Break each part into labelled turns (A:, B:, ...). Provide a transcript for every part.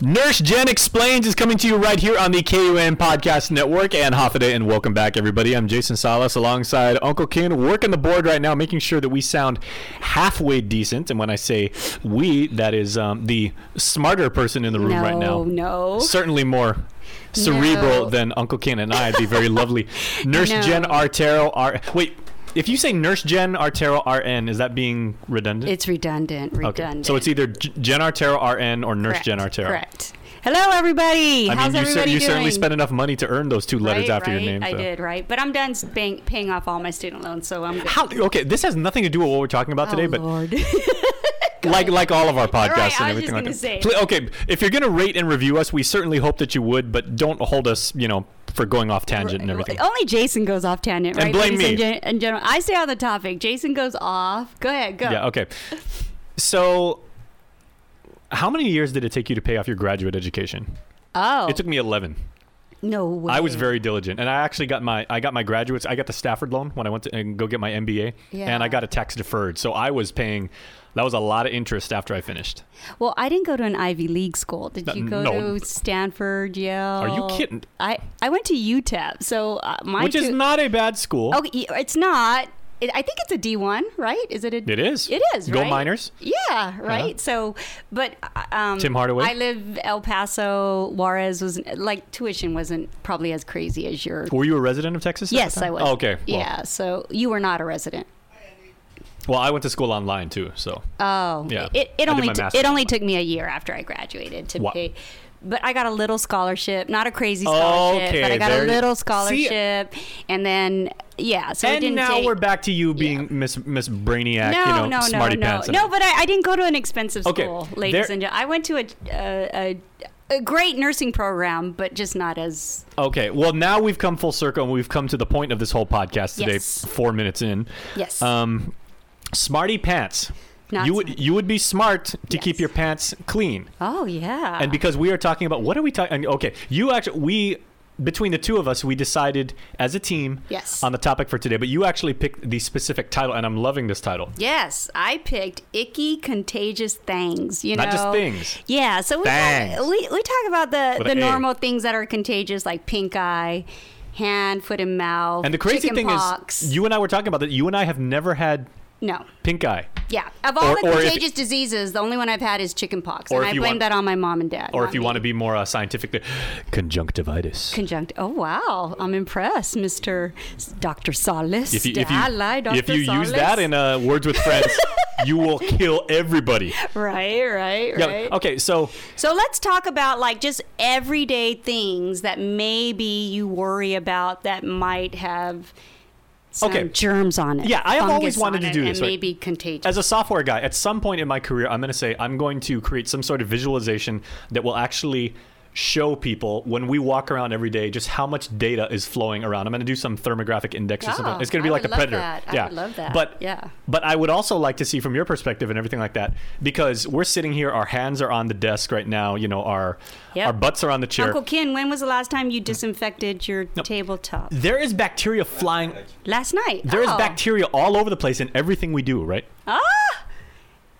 A: Nurse Jen Explains is coming to you right here on the KUN Podcast Network and Hoffaday. And welcome back, everybody. I'm Jason Salas alongside Uncle Ken, working the board right now, making sure that we sound halfway decent. And when I say we, that is um, the smarter person in the room
B: no,
A: right now.
B: no.
A: Certainly more cerebral
B: No.
A: than Uncle Ken and I. The very lovely Nurse
B: No.
A: Jen Artero. R- Wait, if you say Nurse Jen Artero RN, is that being redundant?
B: It's redundant. Redundant.
A: So it's either J- Jen Artero RN or Nurse
B: Correct,
A: Jen Artero.
B: Correct. Hello, everybody.
A: I
B: How's
A: mean, you, cer-
B: everybody
A: you
B: doing?
A: certainly spent enough money to earn those two letters
B: right,
A: after
B: right?
A: your name.
B: I
A: so.
B: did, right? But I'm done paying, paying off all my student loans, so I'm good.
A: How, okay, this has nothing to do with what we're talking about today,
B: oh,
A: but
B: Lord.
A: like like all of our podcasts
B: Right,
A: and
B: I was
A: everything
B: just
A: like
B: gonna
A: that.
B: say.
A: Pl- okay, if you're gonna rate and review us, we certainly hope that you would, but don't hold us, you know, for going off tangent and everything.
B: Only Jason goes off tangent,
A: And
B: right?
A: blame
B: ladies
A: me.
B: And, gen- and gentlemen, I stay on the topic. Jason goes off. Go ahead, go.
A: Yeah. Okay. So, how many years did it take you to pay off your graduate education?
B: Oh,
A: It took me eleven.
B: no way.
A: I was very diligent, and I actually got my I got my graduates. I got the Stafford loan when I went to and go get my MBA, and I
B: Yeah.
A: got a tax deferred. So I was paying. That was a lot of interest after I finished.
B: Well, I didn't go to an Ivy League school. Did
A: No,
B: you go
A: no.
B: to Stanford, Yale?
A: you
B: Oh,
A: kidding?
B: I, I went to UTEP, so uh, my
A: which is
B: two-
A: not a bad school.
B: Okay, y- it's not. It, I think it's a D one, right? Is it a?
A: It is.
B: It is.
A: Go
B: right?
A: Miners.
B: Yeah. Right. So, but uh, um,
A: Tim Hardaway?
B: I live El Paso. Juarez was like tuition wasn't probably as crazy as your.
A: Were you a resident of Texas? at
B: Yes,
A: the time?
B: I was.
A: Oh, okay. Well,
B: yeah. So you were not a resident.
A: Well, I went to school online too, so
B: Oh,
A: Yeah.
B: It,
A: I
B: it
A: did
B: only
A: my
B: t-
A: master's
B: it only took me a year after I graduated to
A: Wha-
B: pay, but I got a little scholarship, not a crazy scholarship, but
A: Okay,
B: I got
A: there-
B: a little
A: See-
B: scholarship, and then yeah, so it
A: and
B: didn't
A: now
B: take,
A: we're back to you being Miss Miss Brainiac,
B: No,
A: you know,
B: no, no,
A: smarty
B: no,
A: pants. and
B: no. But I, I didn't go to an expensive
A: Okay,
B: school, ladies
A: there-
B: and gentlemen. I went to a, a, a a great nursing program, but just not as
A: Okay, well now we've come full circle and we've come to the point of this whole podcast today,
B: Yes.
A: four minutes in.
B: yes.
A: Um, smarty pants.
B: Not
A: you would
B: smart.
A: you would be smart to keep
B: Yes.
A: your pants clean.
B: oh yeah.
A: And because we are talking about what are we talking? Okay, you actually we between the two of us we decided as a team
B: Yes.
A: on the topic for today. But you actually picked the specific title, and I'm loving this title.
B: Yes, I picked icky, contagious things. You
A: Not
B: know,
A: just things.
B: Yeah, so we
A: Thangs.
B: talk, we, we talk about the
A: With
B: the
A: an A.
B: normal things that are contagious, like pink eye, hand, foot, and mouth.
A: And the crazy
B: chicken
A: thing
B: pox.
A: is, you and I were talking about that. You and I have never had
B: no,
A: pink eye,
B: yeah, of all
A: Or-
B: the
A: or if-
B: contagious diseases, the only one I've had is chickenpox,
A: Or
B: and
A: if
B: I
A: you
B: blame
A: want-
B: that on my mom and dad.
A: or
B: not
A: if you
B: me.
A: want to be more uh, scientific, there- conjunctivitis.
B: Conjunct. Oh wow, I'm impressed, Mister Doctor Solis.
A: If you, if you,
B: Dally, Dr.
A: if you use
B: Solis.
A: that in uh, Words with Friends, you will kill everybody.
B: right, right,
A: Yeah,
B: right.
A: Okay, so
B: So let's talk about like just everyday things that maybe you worry about that might have some
A: Okay.
B: germs on it.
A: Yeah, I have always
B: fungus
A: wanted
B: on
A: to
B: it,
A: do
B: and
A: this, right?
B: Maybe contagious.
A: as a software guy, at some point in my career, I'm going to say I'm going to create some sort of visualization that will actually show people when we walk around every day just how much data is flowing around. I'm going to do some thermographic index or something.
B: Oh,
A: It's going to be
B: I
A: like
B: would
A: the
B: love
A: predator.
B: that. I
A: Yeah.
B: would love that.
A: But
B: Yeah.
A: But I would also like to see from your perspective and everything like that because we're sitting here, our hands are on the desk right now. You know, our
B: Yep.
A: our butts are on the chair.
B: Uncle Ken, when was the last time you disinfected your tabletop?
A: there is bacteria flying.
B: Last night.
A: There is
B: oh.
A: bacteria all over the place in everything we do, right?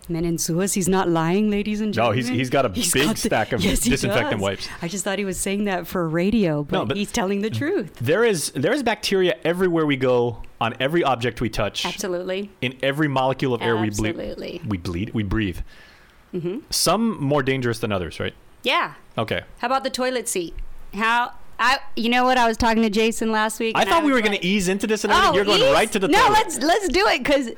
B: Men in Suez, he's not lying, ladies and
A: No,
B: gentlemen.
A: he's- he's got a big
B: the-
A: stack of
B: yes, he
A: disinfectant
B: does.
A: wipes.
B: I just thought he was saying that for radio, but,
A: No, but-
B: he's telling the truth.
A: There is there is bacteria everywhere we go, on every object we touch,
B: Absolutely.
A: in every molecule of air we bleed.
B: Absolutely. Mm-hmm.
A: We bleed. We breathe. Some more dangerous than others, right?
B: Yeah.
A: Okay.
B: How about the toilet seat? How I you know what I was talking to Jason last week.
A: I
B: and
A: thought we
B: was
A: were going
B: like, "Oh,
A: to ease into this, and everything. you're going
B: ease?
A: right to the
B: no.
A: toilet.
B: Let's let's do it because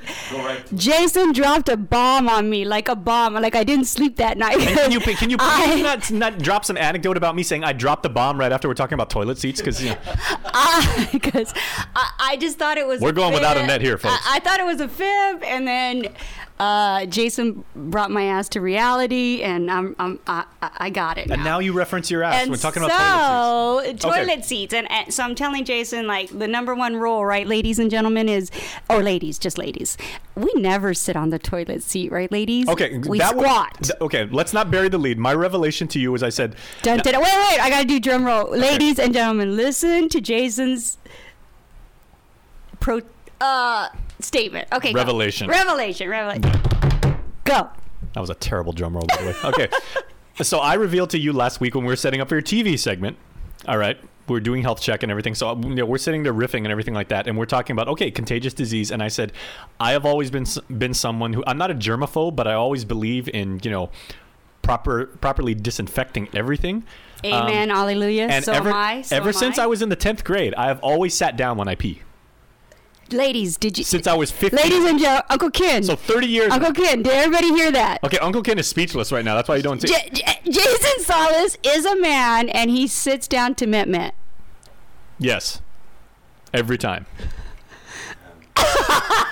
B: Jason dropped a bomb on me like a bomb. Like I didn't sleep that night.
A: And can you can you please
B: I-
A: not not drop some anecdote about me saying I dropped the bomb right after we're talking about toilet seats? Because you know,
B: Ah, because I, I just thought it was.
A: We're going
B: fib.
A: without a net here, folks.
B: I, I thought it was a fib, and then uh, Jason brought my ass to reality, and I'm, I'm I, I got it.
A: and now you reference your ass
B: and
A: when talking
B: so,
A: about toilet seats. Okay.
B: toilet seats. And, and so I'm telling Jason, like, the number one rule, right, ladies and gentlemen, is, or ladies, just ladies, we never sit on the toilet seat, right, ladies?
A: Okay,
B: we
A: that was-
B: squat.
A: th- okay, let's not bury the lead. My revelation to you was I said,
B: Dun, dun, wait, wait, I gotta do drum roll. Ladies and gentlemen, listen to Jason's pro uh statement. Okay, go.
A: Revelation.
B: revelation, revelation. Go.
A: That was a terrible drum roll, by the way. Okay. So I revealed to you last week when we were setting up your TV segment. All right. We're doing health check and everything. So you know, we're sitting there riffing and everything like that. And we're talking about, okay, contagious disease. And I said, I have always been s- been someone who I'm not a germaphobe, but I always believe in, you know, proper properly disinfecting everything.
B: Amen, hallelujah.
A: Um, And
B: so
A: ever,
B: am I. So
A: ever
B: am
A: since
B: I.
A: I. was in the 10th grade, I have always sat down when I pee.
B: ladies, did you?
A: Since I was 15.
B: ladies and Joe, Uncle Ken,
A: so 30 years.
B: Uncle Ken, did everybody hear that?
A: okay, Uncle Ken is speechless right now. That's why you don't see.
B: J- J- Jason Solis is a man, and he sits down to mint mint.
A: yes. Every time.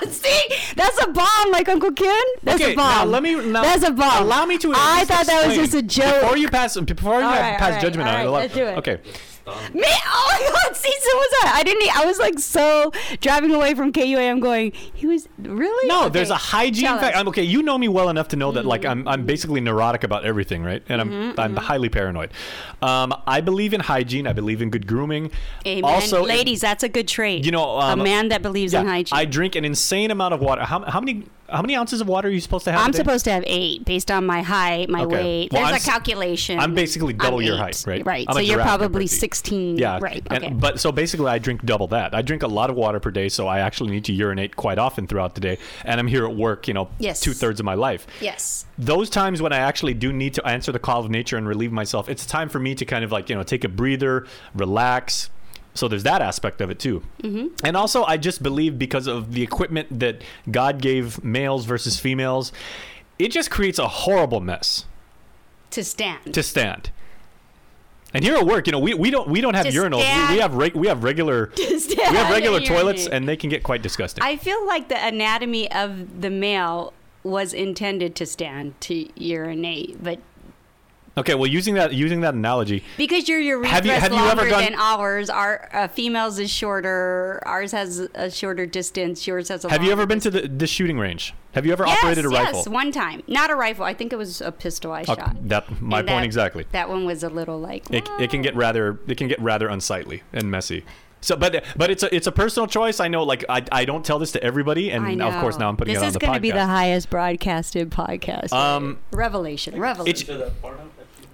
B: See, that's a bomb, like Uncle Ken. That's
A: okay,
B: a
A: Now
B: bomb.
A: let me. Now,
B: That's a bomb.
A: Allow me to. at
B: I
A: least
B: thought that was
A: explain.
B: just a joke.
A: Before you pass, before you
B: All
A: have
B: right,
A: pass
B: all right,
A: judgment
B: all
A: on it,
B: right,
A: allow-
B: let's do it.
A: Okay.
B: Me? Oh my God! See, so was I. I didn't. e- I was like so driving away from KUAM, going. He was really.
A: No,
B: Okay.
A: there's a hygiene
B: Tell
A: fact.
B: us. Mm-hmm.
A: I'm okay. You know me well enough to know that like I'm I'm basically neurotic about everything, right? And I'm I'm highly paranoid. Um, I believe in hygiene. I believe in good grooming.
B: Amen.
A: Also, if-
B: ladies, that's a good trait.
A: You know, um,
B: a man that believes
A: yeah,
B: in hygiene.
A: I drink an insane amount of water. How, how many how many ounces of water are you supposed to have? a
B: I'm
A: day?
B: supposed to have eight based on my height, my
A: Okay.
B: weight.
A: Well,
B: There's
A: I'm
B: a
A: s-
B: calculation.
A: I'm basically double your
B: eight.
A: height, right?
B: Right.
A: I'm
B: so
A: a
B: you're
A: giraffe compared
B: probably
A: to you.
B: 16.
A: Yeah.
B: Right.
A: and-
B: Okay.
A: but so basically, I drink double that. I drink a lot of water per day, so I actually need to urinate quite often throughout the day. And I'm here at work, you know,
B: Yes.
A: two thirds of my life.
B: yes.
A: Those times when I actually do need to answer the call of nature and relieve myself, it's time for me to kind of like, you know, take a breather, relax. So there's that aspect of it too. Mm-hmm. And also, I just believe because of the equipment that God gave males versus females, it just creates a horrible mess
B: To stand.
A: to stand. And here at work, you know, we, we don't we don't have
B: To
A: urinals. We,
B: stand.
A: we have reg- we have regular
B: To stand
A: we have
B: and
A: regular
B: urinate.
A: toilets, and they can get quite disgusting.
B: I feel like the anatomy of the male was intended to stand to urinate, but
A: okay, well, using that using that analogy,
B: because your urethra
A: Have you- have
B: is
A: you ever
B: longer
A: gone-
B: than ours, our uh, females is shorter. Ours has a shorter distance. Yours has a.
A: have you
B: longer
A: ever been to the, the shooting range? Have you ever
B: yes,
A: operated a
B: yes,
A: rifle?
B: one time. Not a rifle. I think it was a pistol I
A: Uh,
B: shot.
A: that my
B: And
A: point
B: that-
A: exactly.
B: That one was a little like.
A: It, it can get rather it can get rather unsightly and messy. So, but but it's a it's a personal choice. I know, like I, I don't tell this to everybody, and
B: I
A: now, of course
B: know.
A: now I'm putting
B: this
A: it on
B: is
A: the
B: going to
A: podcast.
B: be the highest broadcasted podcast.
A: Um,
B: revelation, revelation.
A: It's-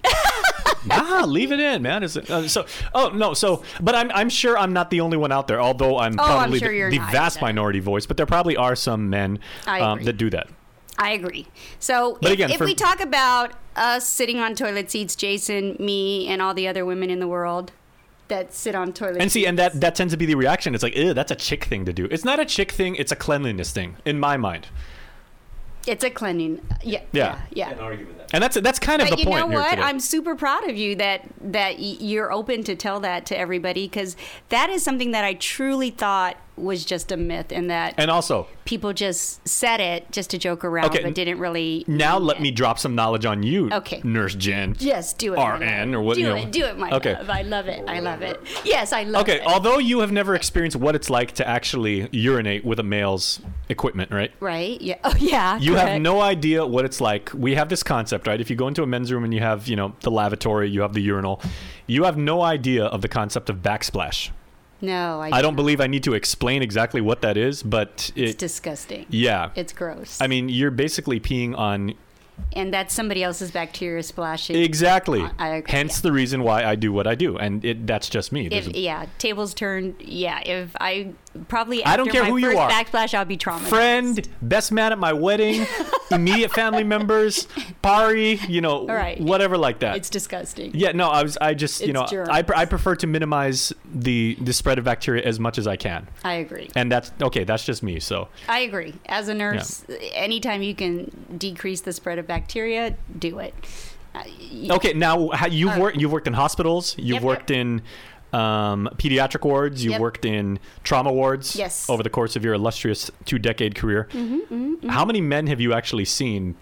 A: ah, leave it in, man. Is it, uh, so, oh no, so, but I'm, I'm sure I'm not the only one out there. Although I'm
B: Oh, I'm
A: probably
B: sure
A: the,
B: you're
A: the
B: not.
A: vast minority voice, but there probably are some men
B: I
A: um,
B: agree.
A: that do that.
B: I agree. So
A: But
B: if,
A: again,
B: if
A: for-
B: we talk about us sitting on toilet seats, Jason, me, and all the other women in the world that sit on toilet
A: And see,
B: seats.
A: and that that tends to be the reaction. It's like, ew, that's a chick thing to do. It's not a chick thing. It's a cleanliness thing, in my mind.
B: it's a cleaning. Yeah,
A: Yeah.
B: yeah, yeah.
A: And that's that's kind of
B: But
A: the
B: you
A: point
B: know
A: here
B: what?
A: today.
B: I'm super proud of you that that y- you're open to tell that to everybody because that is something that I truly thought was just a myth and that
A: and also,
B: people just said it just to joke around
A: Okay, n-
B: but didn't really.
A: now
B: mean
A: let
B: it.
A: me drop some knowledge on you,
B: Okay.
A: Nurse Jen.
B: Yes, do it. my
A: RN
B: love.
A: or what,
B: Do
A: you know.
B: it, do it, my
A: Okay.
B: love. I love it. I love it. Yes, I love
A: Okay,
B: it.
A: although you have never experienced what it's like to actually urinate with a male's equipment, right?
B: Right? Yeah. Oh, yeah.
A: You have
B: correct.
A: no idea what it's like. We have this concept, right? If you go into a men's room and you have, you know, the lavatory, you have the urinal, you have no idea of the concept of backsplash.
B: No, I,
A: I don't believe I need to explain exactly what that is, but
B: It's
A: it,
B: disgusting.
A: yeah.
B: It's gross.
A: I mean, you're basically peeing on
B: and that's somebody else's bacteria splashing.
A: exactly.
B: I agree,
A: Hence
B: yeah.
A: the reason why I do what I do, and it, that's just me. There's
B: If,
A: a-
B: yeah, tables turned. Yeah, if I probably
A: I don't
B: after
A: care
B: my
A: who you
B: first
A: are.
B: Backsplash, I'll be traumatized.
A: friend, best man at my wedding, immediate family members, party, you know,
B: Right.
A: whatever like that.
B: It's disgusting.
A: yeah, no, I was, I just, you
B: It's
A: know,
B: germs.
A: I, pre- I prefer to minimize the the spread of bacteria as much as I can,
B: I agree.
A: and that's okay. That's just me. So
B: I agree. As a nurse, anytime you can decrease the spread of bacteria, do it. Uh, y-
A: okay, now how, you've
B: All right.
A: worked, you've worked in hospitals, you've
B: Oh. Yep, yep.
A: worked in um, pediatric wards, you've
B: Yep.
A: worked in trauma wards.
B: Yes. Mm-hmm,
A: Over the course of your illustrious two decade career, how many men have you actually seen?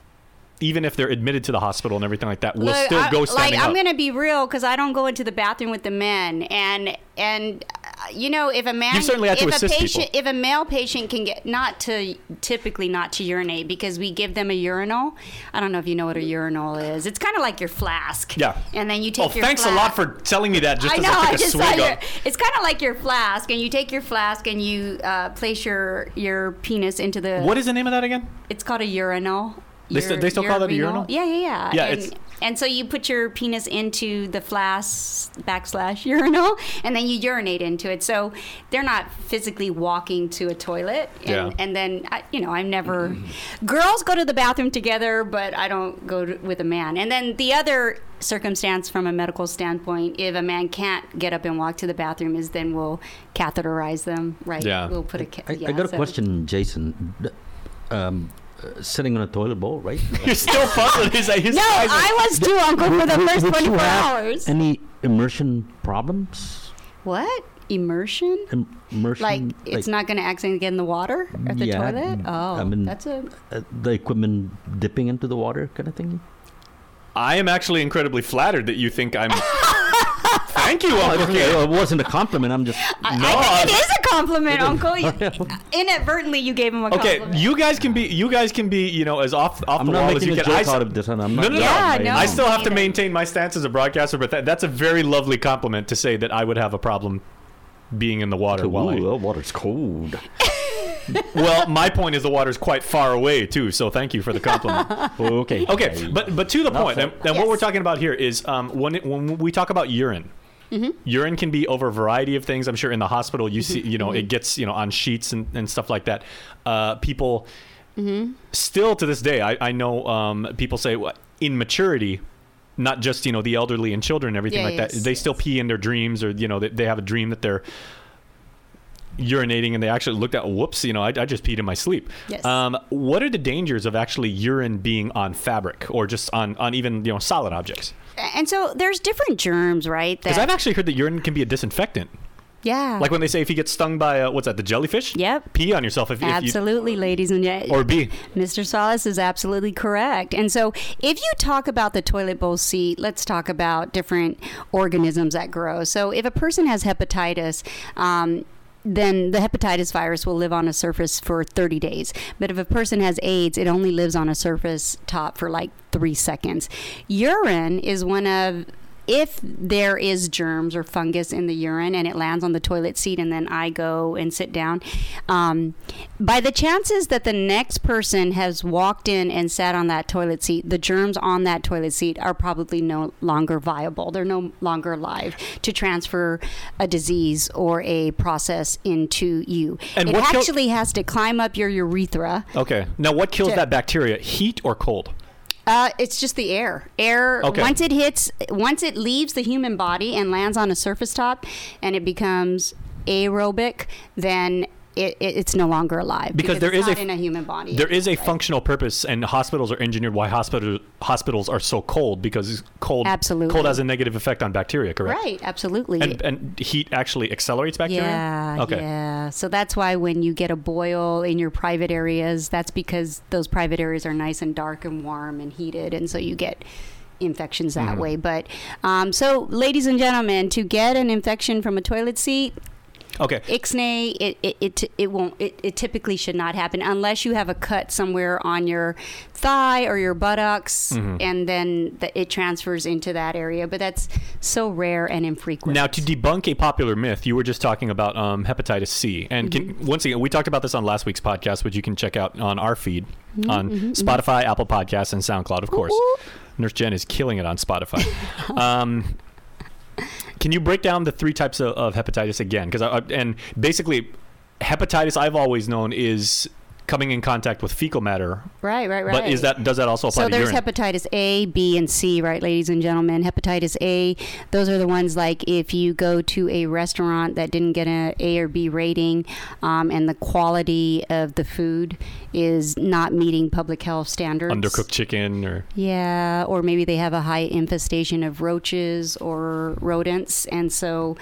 A: Even if they're admitted to the hospital and everything like that, will
B: Look,
A: still
B: I-
A: go standing
B: like,
A: up.
B: I'm gonna be real because I don't go into the bathroom with the men, and and uh, you know if a man,
A: You certainly have
B: if
A: to
B: a
A: assist
B: patient, if a male patient can get not to typically not to urinate because we give them a urinal. I don't know if you know what a urinal is. It's kind of like your flask.
A: Yeah.
B: And then you take.
A: Oh,
B: your
A: thanks a
B: fla-
A: lot for telling me that. Just
B: I
A: as
B: know.
A: I
B: I,
A: took a
B: just saw
A: swig
B: your.
A: of.
B: It's kind of like your flask, and you take your flask and you uh, place your your penis into the.
A: What is the name of that again?
B: It's called a urinal.
A: They still- they still call that a
B: Urinal?
A: urinal?
B: Yeah, yeah, yeah.
A: Yeah,
B: And
A: it's-
B: And so you put your penis into the flask backslash urinal, and then you urinate into it. So they're not physically walking to a toilet. And,
A: Yeah.
B: and then, I, you know, I've never. Girls go to the bathroom together, but I don't go to, with a man. And then the other circumstance from a medical standpoint, if a man can't get up and walk to the bathroom, is then we'll catheterize them, right?
A: Yeah.
B: We'll put a. Ca-
C: I,
B: yeah,
C: I got a
B: so-
C: question, Jason. D- Um, uh, sitting on a toilet bowl, right?
A: You're still puzzled. He's like, his
B: No,
A: eyes are-
B: I was too, Uncle, for the
C: Would-
B: first
C: would you
B: 24
C: have
B: hours.
C: Any immersion problems?
B: What? Immersion?
C: Im- immersion,
B: Like, it's not going to accidentally get in the water or the
C: Mm, Yeah, mm,
B: toilet? Oh,
C: I mean-
B: that's a.
C: uh, the equipment dipping into the water kind of thing.
A: I am actually incredibly flattered that you think I'm. Thank you, Uncle Ken.
C: Well, it wasn't a compliment. I'm just.
B: I,
A: No,
B: I think
A: I-
B: it is a compliment, Uncle. You-
C: I'm
B: Inadvertently, you gave him a
A: Okay,
B: compliment.
A: you guys can be you guys can be you know as off off the
C: not
A: wall as
C: making
A: you
C: a
A: can.
C: joke
A: I, s-
C: out of this, and I'm
A: No,
C: not.
A: no, no.
B: Yeah, no.
A: I still have to
B: Neither.
A: maintain my stance as a broadcaster, but that, that's a very lovely compliment to say that I would have a problem being in the water while I,
C: Ooh, the water's cold.
A: well my point is the water's quite far away too so thank you for the compliment
C: Okay.
A: Oh, okay but but to the point and, and
B: Yes.
A: what we're talking about here is um, when it, when we talk about urine
B: Mm-hmm.
A: urine can be over a variety of things i'm sure in the hospital you see you know
B: Mm-hmm.
A: it gets you know on sheets and, and stuff like that uh, people
B: Mm-hmm.
A: still to this day i, I know um, people say "Well, immaturity not just you know the elderly and children and everything
B: Yeah,
A: like that
B: yes,
A: they still pee in their dreams or you know they, they have a dream that they're urinating and they actually looked at whoops you know i, I just peed in my sleep
B: Yes.
A: um, what are the dangers of actually urine being on fabric or just on, on even you know solid objects
B: And so there's different germs, right?
A: because i've
B: that-
A: actually heard that urine can be a disinfectant
B: yeah.
A: like when they say if you get stung by a, what's that the jellyfish
B: Yep.
A: pee on yourself if, if you
B: absolutely, ladies and gentlemen.
A: or b
B: Mr. Solis is absolutely correct. And so, if you talk about the toilet bowl seat, let's talk about different organisms that grow. So, if a person has hepatitis, um, then the hepatitis virus will live on a surface for 30 days. But if a person has AIDS, it only lives on a surface top for like three seconds. Urine is one of if there is germs or fungus in the urine and it lands on the toilet seat and then I go and sit down, um, by the chances that the next person has walked in and sat on that toilet seat, the germs on that toilet seat are probably no longer viable. They're no longer alive to transfer a disease or a process into you.
A: And
B: it
A: what killed-
B: actually has to climb up your urethra.
A: okay now what kills
B: Check.
A: that bacteria heat or cold
B: Uh, it's just the air. Air.
A: Okay.
B: Once it hits, once it leaves the human body and lands on a surface top, and it becomes aerobic, then it, it, it's no longer alive
A: Because there
B: it's
A: is a
B: not
A: f-
B: in a human body.
A: There is a functional purpose, and hospitals are engineered why hospital, hospitals are so cold because cold
B: Absolutely.
A: cold has a negative effect on bacteria, correct?
B: right. Absolutely.
A: And, and heat actually accelerates bacteria.
B: yeah.
A: Okay.
B: Yeah. So that's why when you get a boil in your private areas, that's because those private areas are nice and dark and warm and heated, and so you get infections that
A: Mm-hmm.
B: way. But um, so, ladies and gentlemen, to get an infection from a toilet seat,
A: Okay.
B: Ixnay, it, it, it, it won't, it, it typically should not happen unless you have a cut somewhere on your thigh or your buttocks
A: Mm-hmm.
B: and then the, it transfers into that area. But that's so rare and infrequent.
A: Now, to debunk a popular myth, you were just talking about um, hepatitis C. And
B: Mm-hmm.
A: can, once again, we talked about this on last week's podcast, which you can check out on our feed
B: Mm-hmm,
A: on Spotify, Apple Podcasts, and SoundCloud, of course.
B: ooh.
A: Nurse Jen is killing it on Spotify. um, can you break down the three types of, of hepatitis again? Because I, I- and basically, hepatitis I've always known is coming in contact with fecal matter.
B: right, right, right.
A: But is that does that also apply
B: so
A: to
B: there's
A: urine?
B: hepatitis A, B, and C, right, ladies and gentlemen? Hepatitis A, those are the ones like if you go to a restaurant that didn't get an A or B rating um, and the quality of the food is not meeting public health standards.
A: Undercooked chicken or
B: Yeah, or maybe they have a high infestation of roaches or rodents, and so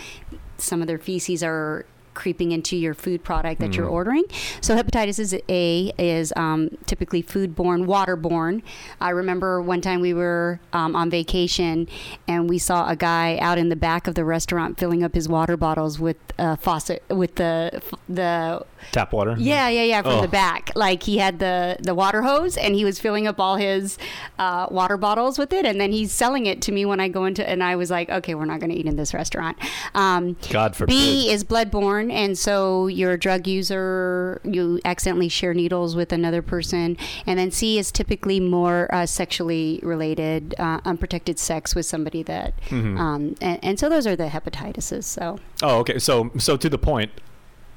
B: some of their feces are creeping into your food product that you're ordering. So hepatitis is A is um, typically foodborne, waterborne. I remember one time we were um, on vacation and we saw a guy out in the back of the restaurant filling up his water bottles with uh, faucet with the the
A: tap water?
B: yeah, yeah, yeah, from
A: Oh.
B: the back. Like he had the the water hose, and he was filling up all his uh, water bottles with it, and then he's selling it to me when I go into. And I was like, okay, we're not going to eat in this restaurant. Um,
A: God forbid.
B: B is bloodborne. porn, and so you're a drug user, you accidentally share needles with another person, and then C is typically more uh, sexually related, uh, unprotected sex with somebody that,
A: Mm-hmm. Hmm.
B: um, and, and so those are the hepatitises. So
A: Oh, okay. So, so to the point.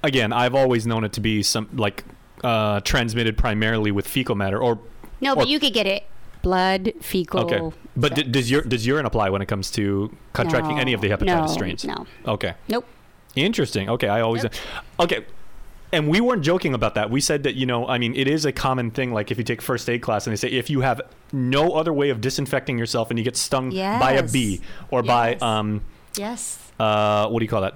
A: Again, I've always known it to be some like uh, transmitted primarily with fecal matter, or
B: no, but
A: Or-
B: you could get it blood, fecal.
A: okay. But d-
B: sex.
A: does your does urine apply when it comes to contracting any of the
B: No,
A: hepatitis
B: no,
A: strains?
B: No,
A: Okay.
B: nope.
A: Interesting. Okay, I always
B: Yep.
A: Okay. And we weren't joking about that. We said that, you know, I mean, it is a common thing. Like if you take first aid class and they say if you have no other way of disinfecting yourself and you get stung by a bee
B: Yes.
A: or by
B: Yes.
A: um
B: Yes.
A: uh what do you call that?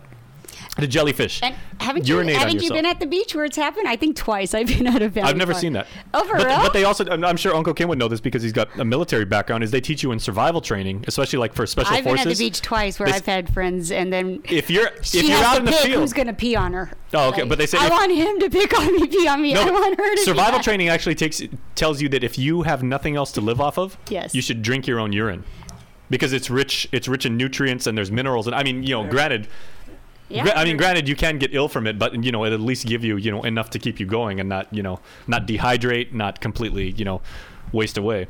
A: The jellyfish.
B: And haven't
A: Urinate
B: you
A: on
B: haven't you
A: yourself.
B: been at the beach where it's happened? I think twice. I've been out of. Valley
A: I've never
B: Park.
A: seen that.
B: Oh, for
A: but,
B: real?
A: but they also, I'm I'm sure Uncle Kim would know this because he's got a military background. Is they teach you in survival training, especially like for special
B: I've been
A: forces.
B: at the beach twice where
A: They-
B: I've had friends, and then
A: If you're
B: she
A: if you're
B: has
A: out
B: to
A: in the
B: pick
A: field,
B: who's going to pee on her.
A: Oh, okay, but they say
B: I
A: if-
B: want him to pick on me, pee on me. I
A: but
B: want her to
A: survival
B: do that.
A: training actually takes tells you that if you have nothing else to live off of,
B: Yes.
A: you should drink your own urine because it's rich it's rich in nutrients and there's minerals and I mean you know granted
B: Yeah.
A: gra- I mean granted you can get ill from it but you know it at least give you you know enough to keep you going and not you know not dehydrate not completely you know waste away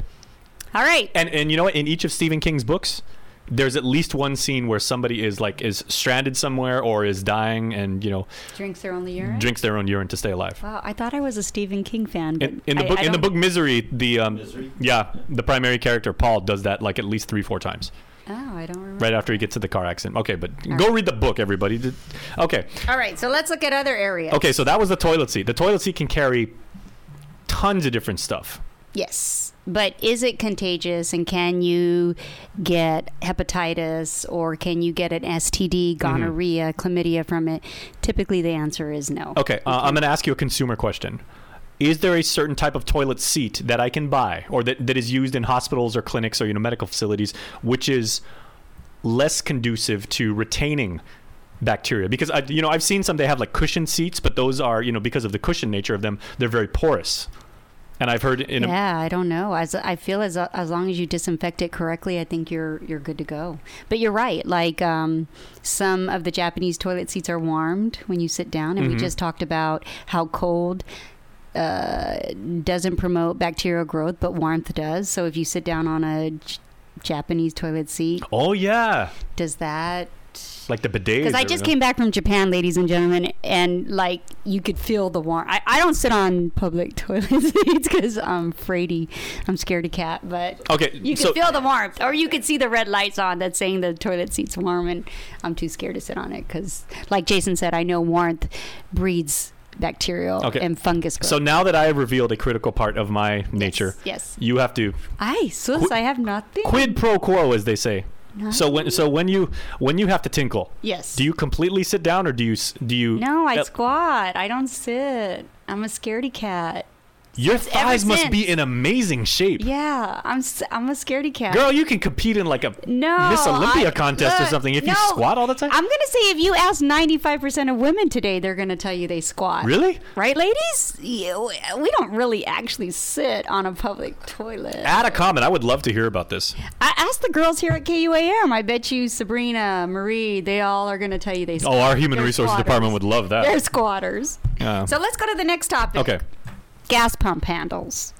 B: All right.
A: and and you know what? in each of Stephen King's books there's at least one scene where somebody is like is stranded somewhere or is dying and you know
B: Drinks their only urine.
A: drinks their own urine to stay alive
B: Wow, I thought I was a Stephen King fan. But
A: in, in the
B: I-
A: book,
B: I
A: in the book
B: don't-
A: Misery, the um, yeah, the primary character Paul does that like at least three, four times
B: Oh, I don't remember.
A: right after he gets to the car accident. Okay, but go read the book, everybody. Did- Okay,
B: All right, so let's look at other areas.
A: okay, so that was the toilet seat. The toilet seat can carry tons of different stuff.
B: Yes, but is it contagious, and can you get hepatitis, or can you get an STD, gonorrhea, chlamydia from it? Typically, the answer is no.
A: Okay, uh, I'm going to ask you a consumer question. Is there a certain type of toilet seat that I can buy or that, that is used in hospitals or clinics or you know medical facilities which is less conducive to retaining bacteria because I you know I've seen some they have like cushion seats but those are you know because of the cushion nature of them they're very porous. And I've heard in a,
B: yeah, I don't know. As I feel as as long as you disinfect it correctly, I think you're you're good to go. But you're right. Like um, some of the Japanese toilet seats are warmed when you sit down, and
A: Mhm.
B: we just talked about how cold uh, doesn't promote bacterial growth, but warmth does. So if you sit down on a J- Japanese toilet seat,
A: Oh yeah,
B: does that?
A: like the bidet.
B: Because I just came back from Japan, ladies and gentlemen, and like you could feel the warm. I, I don't sit on public toilet seats because I'm fraidy. I'm scared of cat, but
A: Okay,
B: you could
A: so
B: feel the warmth, or you could see the red lights on that's saying the toilet seat's warm, and I'm too scared to sit on it because, like Jason said, I know warmth breeds bacterial
A: Okay.
B: and fungus. Growth.
A: so now that I have revealed a critical part of my
B: Yes,
A: nature,
B: Yes.
A: you have to
B: I sus.
A: Qui-
B: I have nothing.
A: quid pro quo as they say.
B: Nothing.
A: So when
B: Uh-huh.
A: so when you when you have to tinkle,
B: yes.
A: do you completely sit down or do you s- do you?
B: no, I
A: Uh,
B: squat. I don't sit. I'm a scaredy cat.
A: your
B: since- ever
A: thighs must be
B: since.
A: in amazing shape,
B: Yeah, I'm. s- I'm a scaredy cat.
A: girl. You can compete in like a
B: No,
A: Miss Olympia
B: I-
A: contest or
B: look,
A: something if you
B: no.
A: squat all the time.
B: I'm gonna say if you ask 95% of women today, they're gonna tell you they squat.
A: really?
B: Right, ladies? Yeah, we- we don't really actually sit on a public toilet.
A: Add a comment. I would love to hear about this.
B: I asked the girls here at KUAM. I bet you Sabrina, Marie, they all are gonna tell you they squat.
A: Oh, our human
B: They're
A: resources
B: squatters.
A: department would love
B: They're
A: that.
B: squatters.
A: Yeah.
B: So let's go to the next topic.
A: okay.
B: Gas pump handles.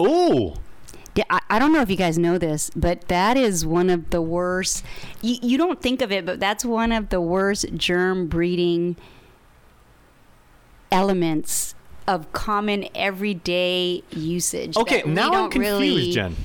A: Ooh.
B: Yeah, I, I don't know if you guys know this, but that is one of the worst. You, you don't think of it, but that's one of the worst germ breeding elements of common everyday usage.
A: Okay.
B: that we
A: Now I'm
B: don't
A: confused,
B: really-
A: Jen.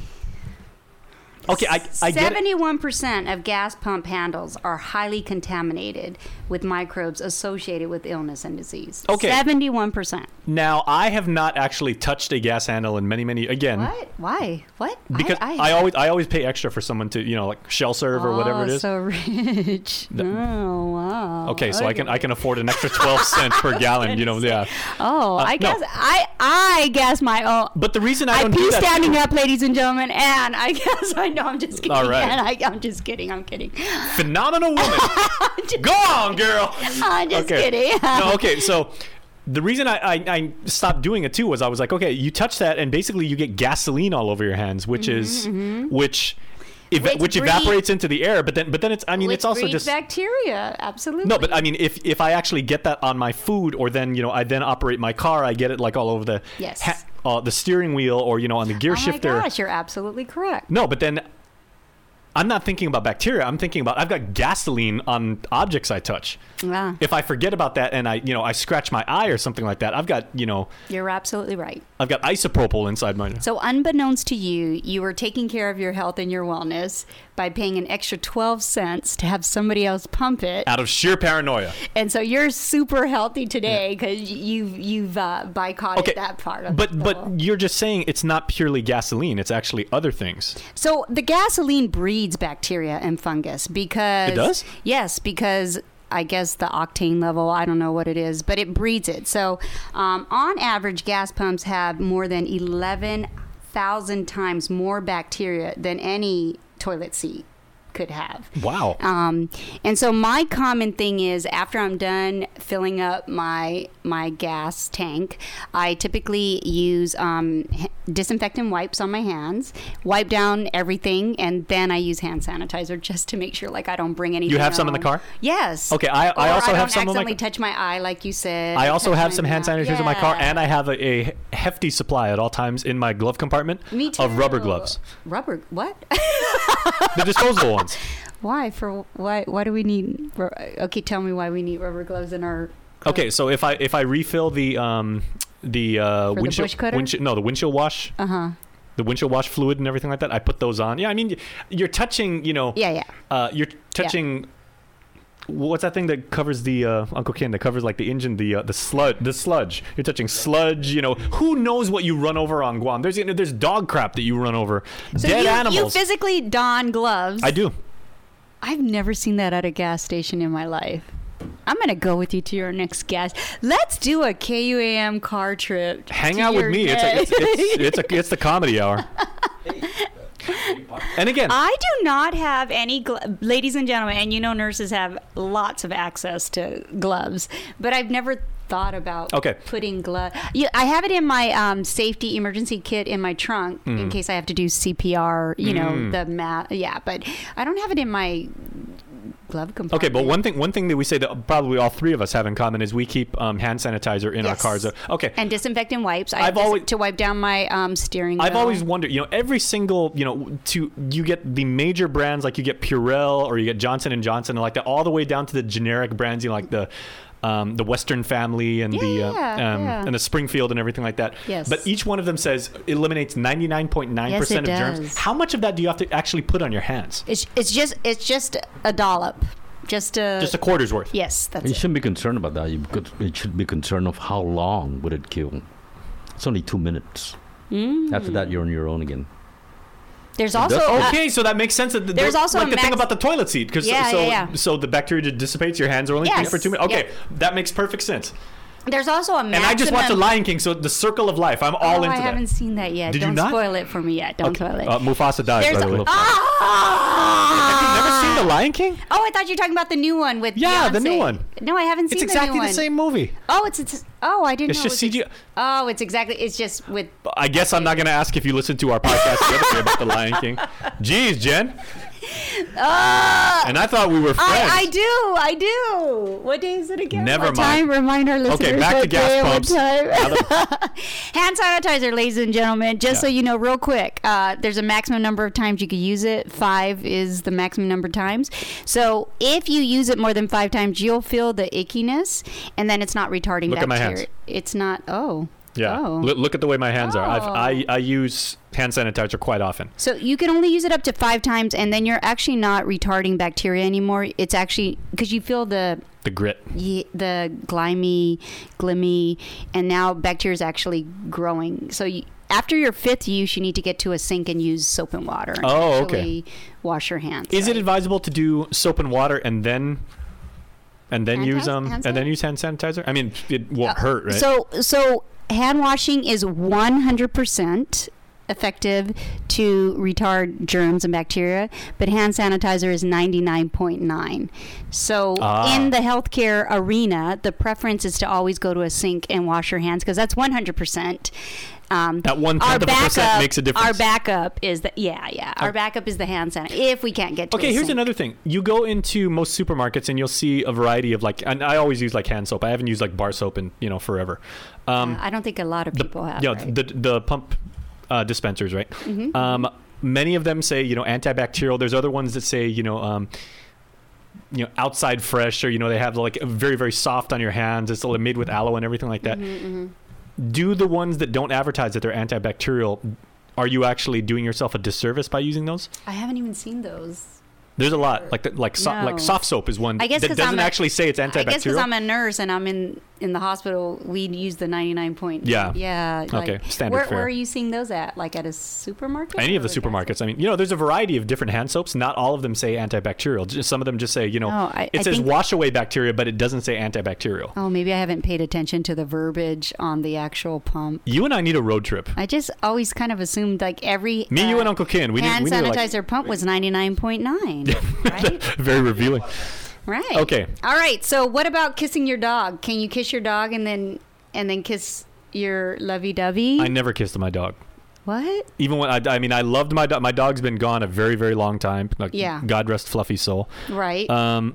A: Okay, I, I get it.
B: 71% of gas pump handles are highly contaminated with microbes associated with illness and disease.
A: Okay.
B: 71%.
A: Now I have not actually touched a gas handle in many, many again.
B: What? Why? What?
A: Hmm. Because I, always I always pay extra for someone to you know like shell serve or whatever it
B: Oh,
A: is.
B: So rich. oh wow.
A: Okay, so I can I can afford an extra twelve cents per gallon. You know, yeah.
B: Oh,
A: Uh,
B: I
A: no.
B: guess I I guess my own.
A: But the reason I
B: I
A: don't do
B: pee
A: that.
B: standing up, ladies and gentlemen, and I guess I know I'm just kidding.
A: All right.
B: and I, I'm just kidding. I'm kidding.
A: Phenomenal woman. Go on, girl.
B: I'm just kidding.
A: no, okay, so. The reason I, I, I stopped doing it too was I was like, okay, you touch that and basically you get gasoline all over your hands, which is which eva-
B: Mm-hmm, Which
A: which
B: breed-
A: evaporates into the air. But then, but then it's. I mean,
B: which
A: it's also
B: breeds
A: just
B: bacteria. Absolutely.
A: no. But I mean, if if I actually get that on my food, or then you know, I then operate my car. I get it like all over the
B: Yes.
A: uh, the steering wheel, or you know, on the gear
B: oh
A: shifter.
B: my gosh, you're absolutely correct.
A: No, but then I'm not thinking about bacteria. I'm thinking about I've got gasoline on objects I touch.
B: Yeah,
A: If I forget about that and I, you know, I scratch my eye or something like that, I've got, you know,
B: you're absolutely right.
A: I've got isopropyl inside my.
B: So, unbeknownst to you, you were taking care of your health and your wellness by paying an extra 12 cents to have somebody else pump it.
A: Out of sheer paranoia.
B: And so you're super healthy today because you've, you've uh, boycotted
A: Okay,
B: that part of
A: But
B: the whole-
A: but you're just saying it's not purely gasoline. It's actually other things.
B: So the gasoline breeds bacteria and fungus because
A: It does?
B: Yes, because I guess the octane level, I don't know what it is, but it breeds it. So um, on average, gas pumps have more than eleven thousand times more bacteria than any toilet seat could have.
A: Wow.
B: Um, and so my common thing is after I'm done filling up my my gas tank, I typically use um, h- disinfectant wipes on my hands, wipe down everything, and then I use hand sanitizer just to make sure like I don't bring anything.
A: You have some in the
B: home.
A: car?
B: Yes.
A: Okay, I- I
B: Or
A: also
B: I
A: have
B: don't
A: some in my
B: accidentally
A: car.
B: touch my eye, like you said.
A: I also
B: touch
A: have
B: my
A: some hand
B: mouth.
A: sanitizers in my car,
B: Yeah.
A: and I have a, a hefty supply at all times in my glove compartment
B: Me too.
A: of rubber gloves,
B: Rubber. What?
A: the disposable ones.
B: why? For why? Why do we need? ru- Okay, tell me why we need rubber gloves in our.
A: Okay, so if I if I refill the um the uh
B: For the
A: windshield,
B: bush cutter?
A: windshield no the windshield wash
B: Uh huh.
A: the windshield wash fluid and everything like that, I put those on. Yeah, I mean you're touching you know
B: Yeah, yeah.
A: uh you're touching. What's that thing that covers the uh, Uncle Ken that covers like the engine, the uh, the sludge, the sludge? You're touching sludge. You know who knows what you run over on Guam? There's you know, there's dog crap that you run over, dead
B: you,
A: animals.
B: You physically don gloves.
A: I do.
B: I've never seen that at a gas station in my life. I'm gonna go with you to your next gas. Let's do a KUAM car trip.
A: Hang
B: to
A: out with
B: your
A: me. It's, a, it's
B: day.
A: it's it's, a, it's the comedy hour. And again,
B: I do not have any, gl- ladies and gentlemen, and you know nurses have lots of access to gloves, but I've never thought about
A: Okay.
B: putting gloves. I have it in my um, safety emergency kit in my trunk
A: Mm.
B: in case I have to do CPR, you know, the mat. Yeah, but I don't have it in my glove compartment.
A: Okay, but one thing one thing that we say that probably all three of us have in common is we keep um, hand sanitizer in our
B: Yes.
A: cars. Okay.
B: And disinfectant wipes. I
A: I've
B: have dis-
A: always-
B: to wipe down my um, steering
A: I've
B: wheel.
A: always wondered, you know, every single, you know, to you get the major brands like you get Purell or you get Johnson and Johnson and like that, all the way down to the generic brands, you know, like the um, the Western Family and the uh,
B: Yeah,
A: um,
B: yeah.
A: and the Springfield and everything like that.
B: Yes.
A: But each one of them says eliminates ninety nine point nine
B: Yes, it
A: percent of germs.
B: does.
A: How much of that do you have to actually put on your hands?
B: It's, it's just it's just a dollop, just a
A: Just a quarter's worth.
B: yes. That's
C: You
B: it.
C: shouldn't be concerned about that. You could, it should be concerned of how long would it kill. It's only two minutes.
B: Hmm.
C: After that, you're on your own again.
B: There's
C: does-
B: also uh,
A: Okay, so that makes sense. That the,
B: there's also
A: like
B: a
A: the thing
B: max-
A: about the toilet seat because
B: Yeah,
A: so
B: yeah, yeah.
A: so the bacteria just dissipates. Your hands are only clean
B: Yes.
A: for two minutes. Okay,
B: Yep.
A: that makes perfect sense.
B: There's also a maximum.
A: And I just watched The Lion King, so the circle of life. I'm all
B: oh,
A: into
B: I haven't
A: that.
B: seen that yet.
A: Did you
B: Don't
A: not?
B: spoil it for me yet. Don't spoil it.
A: Uh, Mufasa dies.
B: There's
A: by
B: a-
A: the way.
B: ah!
A: Never seen The Lion King?
B: Oh, I thought you were talking about the new one with
A: Yeah, the new
B: Beyonce.
A: one.
B: No, I haven't seen
A: It's
B: the new
A: exactly the
B: one.
A: same movie.
B: Oh, it's, it's oh, I didn't
A: It's
B: know.
A: just
B: it was
A: CG.
B: Oh, it's exactly. It's just with.
A: I guess I'm not going to ask if you listened to our podcast the other day about The Lion King. Jeez, Jen.
B: Ah!
A: And I thought we were friends.
B: I, I do, I do. What day is it again?
A: Never
B: What
A: mind.
B: Time? Remind our listeners.
A: back to
B: what
A: gas
B: day and what
A: pumps.
B: time.
A: Now
B: Hand sanitizer, ladies and gentlemen. Just so
A: Yeah.
B: you know, real quick, uh, there's a maximum number of times you could use it. Five is the maximum number of times. So if you use it more than five times, you'll feel the ickiness, and then it's not retarding
A: Look
B: bacteria.
A: at my hands.
B: It's not. Oh.
A: Yeah.
B: Oh.
A: Look- look at the way my hands are. I've,
B: Oh.
A: I, I use hand sanitizer quite often.
B: So you can only use it up to five times, and then you're actually not retarding bacteria anymore. It's actually because you feel the
A: The grit.
B: ye- the glimmy, glimmy, and now bacteria is actually growing. So you, after your fifth use, you need to get to a sink and use soap and water. And
A: Oh,
B: actually Wash your hands.
A: Is it
B: right?
A: advisable to do soap and water and then and then
B: Hand
A: use
B: sanit-
A: um
B: hand
A: and then
B: sanit-
A: use hand sanitizer? I mean, it won't hurt, right?
B: So so hand washing is one hundred percent effective to retard germs and bacteria, but hand sanitizer is 99.9. So
A: Ah.
B: in the healthcare arena, the preference is to always go to a sink and wash your hands because that's 100%. Um,
A: That one tenth of a percent makes a difference. Uh,
B: Our backup is the yeah yeah. Our backup is the hand sanitizer if we can't get to
A: Okay,
B: a
A: here's
B: sink.
A: another thing. You go into most supermarkets and you'll see a variety of like, and I always use like hand soap. I haven't used like bar soap in you know forever. Um,
B: I don't think a lot of people have.
A: you know,
B: right? Mm-hmm.
A: the the pump uh, dispensers, right? Um, many of them say you know antibacterial. There's other ones that say you know. Um, you know, outside fresh, or you know, they have like very, very soft on your hands. It's made with aloe and everything like that.
B: Mm-hmm,
A: Do the ones that don't advertise that they're antibacterial, are you actually doing yourself a disservice by using those?
B: I haven't even seen those.
A: There's a lot like the, like so,
B: No.
A: like soft soap is one
B: I guess
A: that
B: 'cause
A: doesn't
B: I'm a-
A: actually say it's
B: I guess because
A: antibacterial.
B: I'm a nurse and I'm in in the hospital, we use the 99 point.
A: Yeah.
B: Yeah. like,
A: Okay, standard
B: Where,
A: fare.
B: where are you seeing those at? Like at a supermarket?
A: Any of
B: or
A: the
B: a gas-
A: supermarkets. I mean, you know, there's a variety of different hand soaps. Not all of them say antibacterial. Just some of them just say, you know,
B: No, I-
A: it
B: I
A: says
B: think-
A: wash away bacteria, but it doesn't say antibacterial.
B: Oh, maybe I haven't paid attention to the verbiage on the actual pump.
A: You and I need a road trip.
B: I just always kind of assumed like every
A: Me, you,
B: uh,
A: and Uncle Ken. We need
B: hand
A: we need
B: sanitizer pump was 99.9. right?
A: like very revealing.
B: Right.
A: Okay.
B: All right. So what about kissing your dog? Can you kiss your dog and then and then kiss your lovey-dovey?
A: I never kissed my dog.
B: what?
A: Even when I, I mean, I loved my dog. My dog's been gone a very, very long time. Like,
B: Yeah.
A: God rest fluffy soul.
B: Right.
A: Um,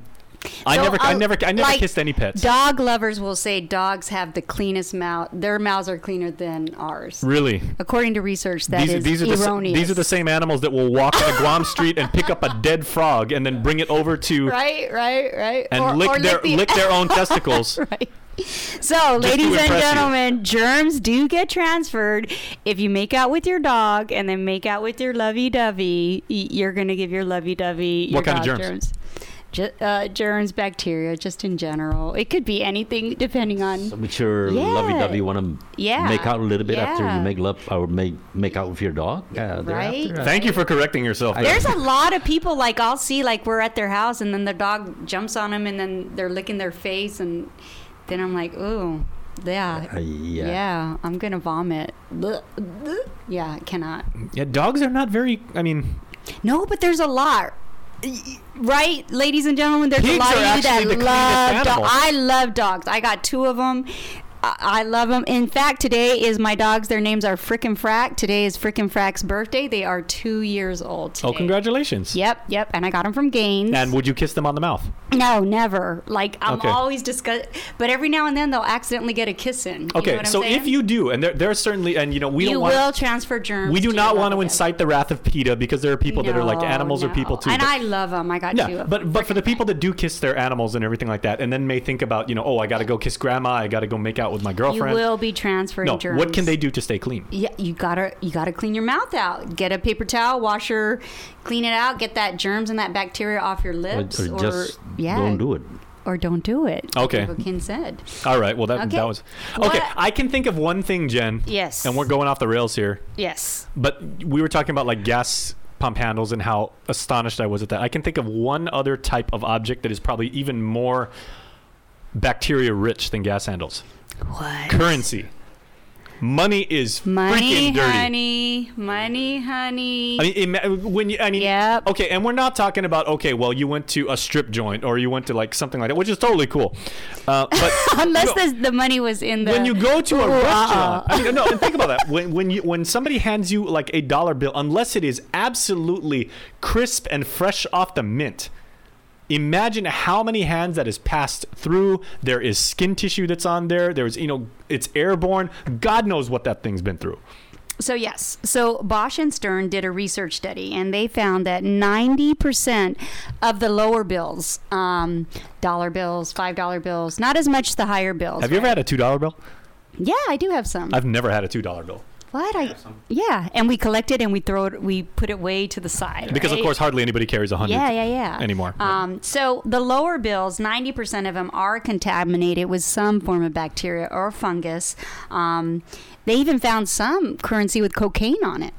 A: I
B: So
A: never, I
B: I'll-
A: never, I never
B: like,
A: kissed any pets.
B: Dog lovers will say dogs have the cleanest mouth. Their mouths are cleaner than ours.
A: really,
B: According to research, that
A: these,
B: is
A: these are the, sa-
B: erroneous.
A: these are the same animals that will walk on a Guam street and pick up a dead frog and then bring it over to
B: right, right, right.
A: and
B: Or-
A: lick
B: or
A: their
B: the-
A: lick their own testicles.
B: right. So,
A: Just to
B: ladies and
A: impress you.
B: gentlemen, germs do get transferred. If you make out with your dog and then make out with your lovey-dovey, y- you're going to give your lovey-dovey your
A: What kind of
B: dog
A: germs?
B: Ju- uh, germs, bacteria, just in general. It could be anything, depending on
C: So make sure
B: Yeah.
C: lovey-dovey want to
B: Yeah.
C: make out a little bit after
B: Yeah.
C: you make love or make make out with your dog. Yeah,
B: Right?
C: thereafter.
A: Thank you for correcting yourself. there.
B: There's a lot of people like I'll see like we're at their house and then their dog jumps on them and then they're licking their face and then I'm like, ooh, yeah,
C: Uh,
B: yeah,
C: yeah.
B: I'm gonna vomit. Blech, blech. Yeah, I cannot.
A: yeah, dogs are not very. I mean,
B: No, but there's a lot. Right, ladies and gentlemen, there's
A: Pigs
B: a lot
A: are
B: of you that
A: actually the
B: love
A: cleanest
B: dogs.
A: animals.
B: I love dogs. I got two of them. I I love them. In fact, today is my dogs. Their names are Frick and Frack. Today is Frick and Frack's birthday. They are two years old. Today.
A: oh, congratulations.
B: Yep, yep. And I got them from Gaines.
A: And would you kiss them on the mouth?
B: no, never. Like I'm
A: Okay.
B: always discuss, but every now and then they'll accidentally get a kiss in. You know
A: Okay,
B: what I'm
A: so
B: saying?
A: if you do, and there, there's certainly, and you know, we
B: you
A: don't want.
B: will transfer germs.
A: we do
B: to
A: not
B: your
A: want to
B: relative.
A: incite the wrath of PETA because there are people that are like
B: No,
A: animals or people
B: no.
A: too.
B: And
A: but-
B: I love them. I got two
A: yeah,
B: of
A: but but for the
B: Frickin'
A: people that do kiss their animals and everything like that, and then may think about you know, oh, I got to go kiss grandma, I got to go make out with my
B: You
A: girlfriend.
B: will be transferring
A: no,
B: germs.
A: what can they do to stay clean?
B: Yeah, you gotta you gotta clean your mouth out. Get a paper towel, wash your, clean it out. Get that germs and that bacteria off your
C: Or,
B: lips,
C: or just
B: yeah,
C: don't do it.
B: or don't do it.
A: Okay.
B: Like Ken said.
A: All right, well that
B: Okay.
A: that was
B: What-
A: okay. I can think of one thing, Jen.
B: Yes.
A: and we're going off the rails here.
B: Yes.
A: But we were talking about like gas pump handles and how astonished I was at that. I can think of one other type of object that is probably even more bacteria rich than gas handles.
B: What?
A: Currency. Money is
B: Money,
A: freaking dirty.
B: honey. Money, honey.
A: I mean, ima- when you, I mean,
B: Yep.
A: okay, and we're not talking about okay. Well, you went to a strip joint, or you went to like something like that, which is totally cool. Uh, but
B: Unless
A: you know,
B: the, the money was in the.
A: when you go to a
B: Ooh, uh-uh.
A: restaurant, I mean, no, and think about that. When when you when somebody hands you like a dollar bill, unless it is absolutely crisp and fresh off the mint. Imagine how many hands that is passed through. There is skin tissue that's on there. There's, you know, it's airborne. God knows what that thing's been through.
B: So, yes. So, Bosch and Stern did a research study and they found that 90% of the lower bills, um, dollar bills, $5 bills, not as much the higher bills.
A: Have you ever had a two dollar bill?
B: Yeah, I do have some.
A: I've never had a two dollar bill
B: what? I, yeah. And we collect it and we throw it, we put it way to the side.
A: because, of
B: right?
A: course, hardly anybody carries a hundred.
B: Yeah, yeah, yeah.
A: anymore.
B: Um, so the lower bills, 90% of them are contaminated with some form of bacteria or fungus. Um, they even found some currency with cocaine on it.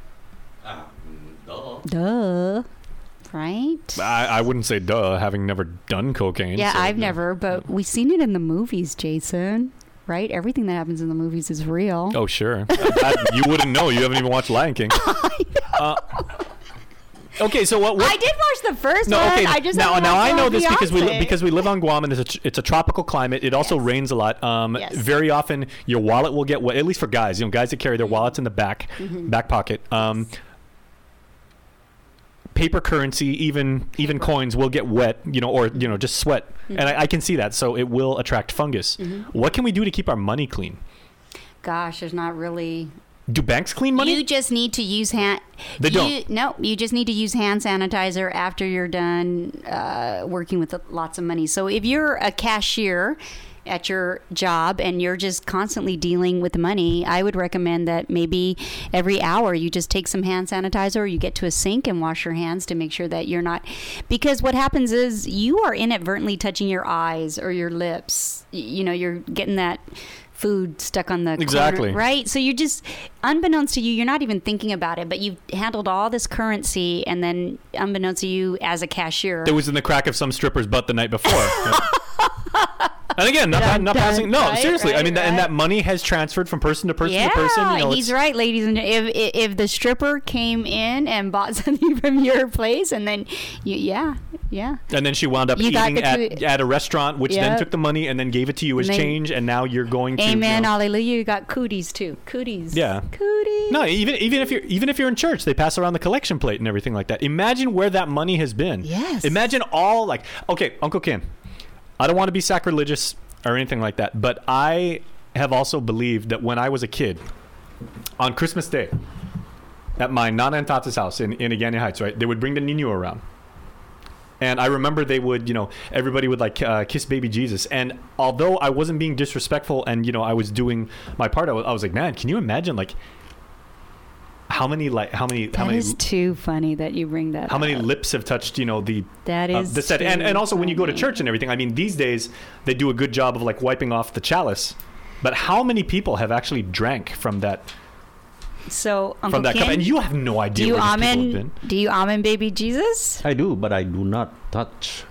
B: duh. Right?
A: I, I wouldn't say duh, having never done cocaine.
B: yeah,
A: so,
B: I've
A: no.
B: never, but we've seen it in the movies, Jason. right? Everything that happens in the movies is real.
A: Oh, sure. That- you wouldn't know. You haven't even watched Lion King. Uh, okay, so what? what
B: I did watch the first
A: Oh, no,
B: one.
A: okay.
B: I just
A: now,
B: haven't
A: now
B: watched
A: I
B: La
A: know this because we li-
B: Fiancée.
A: because we live on Guam and it's a, it's a tropical climate. It also rains a lot. Um,
B: Yes.
A: Very often, your wallet will get wet. At least for guys, you know, guys that carry
B: Mm-hmm.
A: their wallets in the back back pocket. Um, paper currency, even even coins, will get wet. You know, or you know, just sweat.
B: Mm-hmm.
A: And I, I can see that. So it will attract fungus. What can we do to keep our money clean?
B: Gosh, there's not really.
A: Do banks clean money?
B: You just need to use hand.
A: They
B: you,
A: don't.
B: No, you just need to use hand sanitizer after you're done uh, working with lots of money. So if you're a cashier at your job and you're just constantly dealing with money, I would recommend that maybe every hour you just take some hand sanitizer or you get to a sink and wash your hands to make sure that you're not. Because what happens is you are inadvertently touching your eyes or your lips. Y- You know, you're getting that food stuck on the corner,
A: Exactly.
B: right? right? So you're just, unbeknownst to you, you're not even thinking about it, but you've handled all this currency, and then unbeknownst to you as a cashier,
A: It was in the crack of some stripper's butt the night before. and again, not,
B: Dun,
A: not
B: dun,
A: passing. No,
B: right,
A: seriously. I
B: right,
A: mean, that, and
B: right.
A: that money has transferred from person to person
B: yeah,
A: to person. You know,
B: he's
A: it's-
B: right, ladies and if, if if the stripper came in and bought something from your place, and then you, yeah, yeah,
A: And then she wound up
B: You got
A: eating
B: the
A: at,
B: food-
A: at a restaurant, which then
B: Yep.
A: took the money and then gave it to you as
B: And they-
A: change. And now you're going to. you
B: amen,
A: know-
B: hallelujah. You got cooties too, cooties,
A: Yeah.
B: cooties.
A: no, even even if you're even if you're in church, they pass around the collection plate and everything like that. Imagine where that money has been.
B: Yes.
A: Imagine all like okay, Uncle Ken. I don't want to be sacrilegious or anything like that, but I have also believed that when I was a kid, on Christmas Day, at my nana and tata's house in in Agana Heights, right, they would bring the Nino around. And I remember they would, you know, everybody would like uh, kiss baby Jesus. And although I wasn't being disrespectful and, you know, I was doing my part, I was, I was like, man, can you imagine like how many, like, how many, how
B: That
A: many,
B: is too funny that you bring that.
A: how many
B: up.
A: lips have touched, you know, the,
B: That
A: uh,
B: is
A: the set. And,
B: too
A: and also when you go to
B: funny.
A: church and everything, I mean, these days they do a good job of like wiping off the chalice. But how many people have actually drank from that
B: So Uncle
A: from that cup?
B: Ken,
A: And you have no
B: do
A: idea
B: you
A: where these people have
B: amen?
A: been.
B: Do you amen, baby Jesus?
C: I do, but I do not touch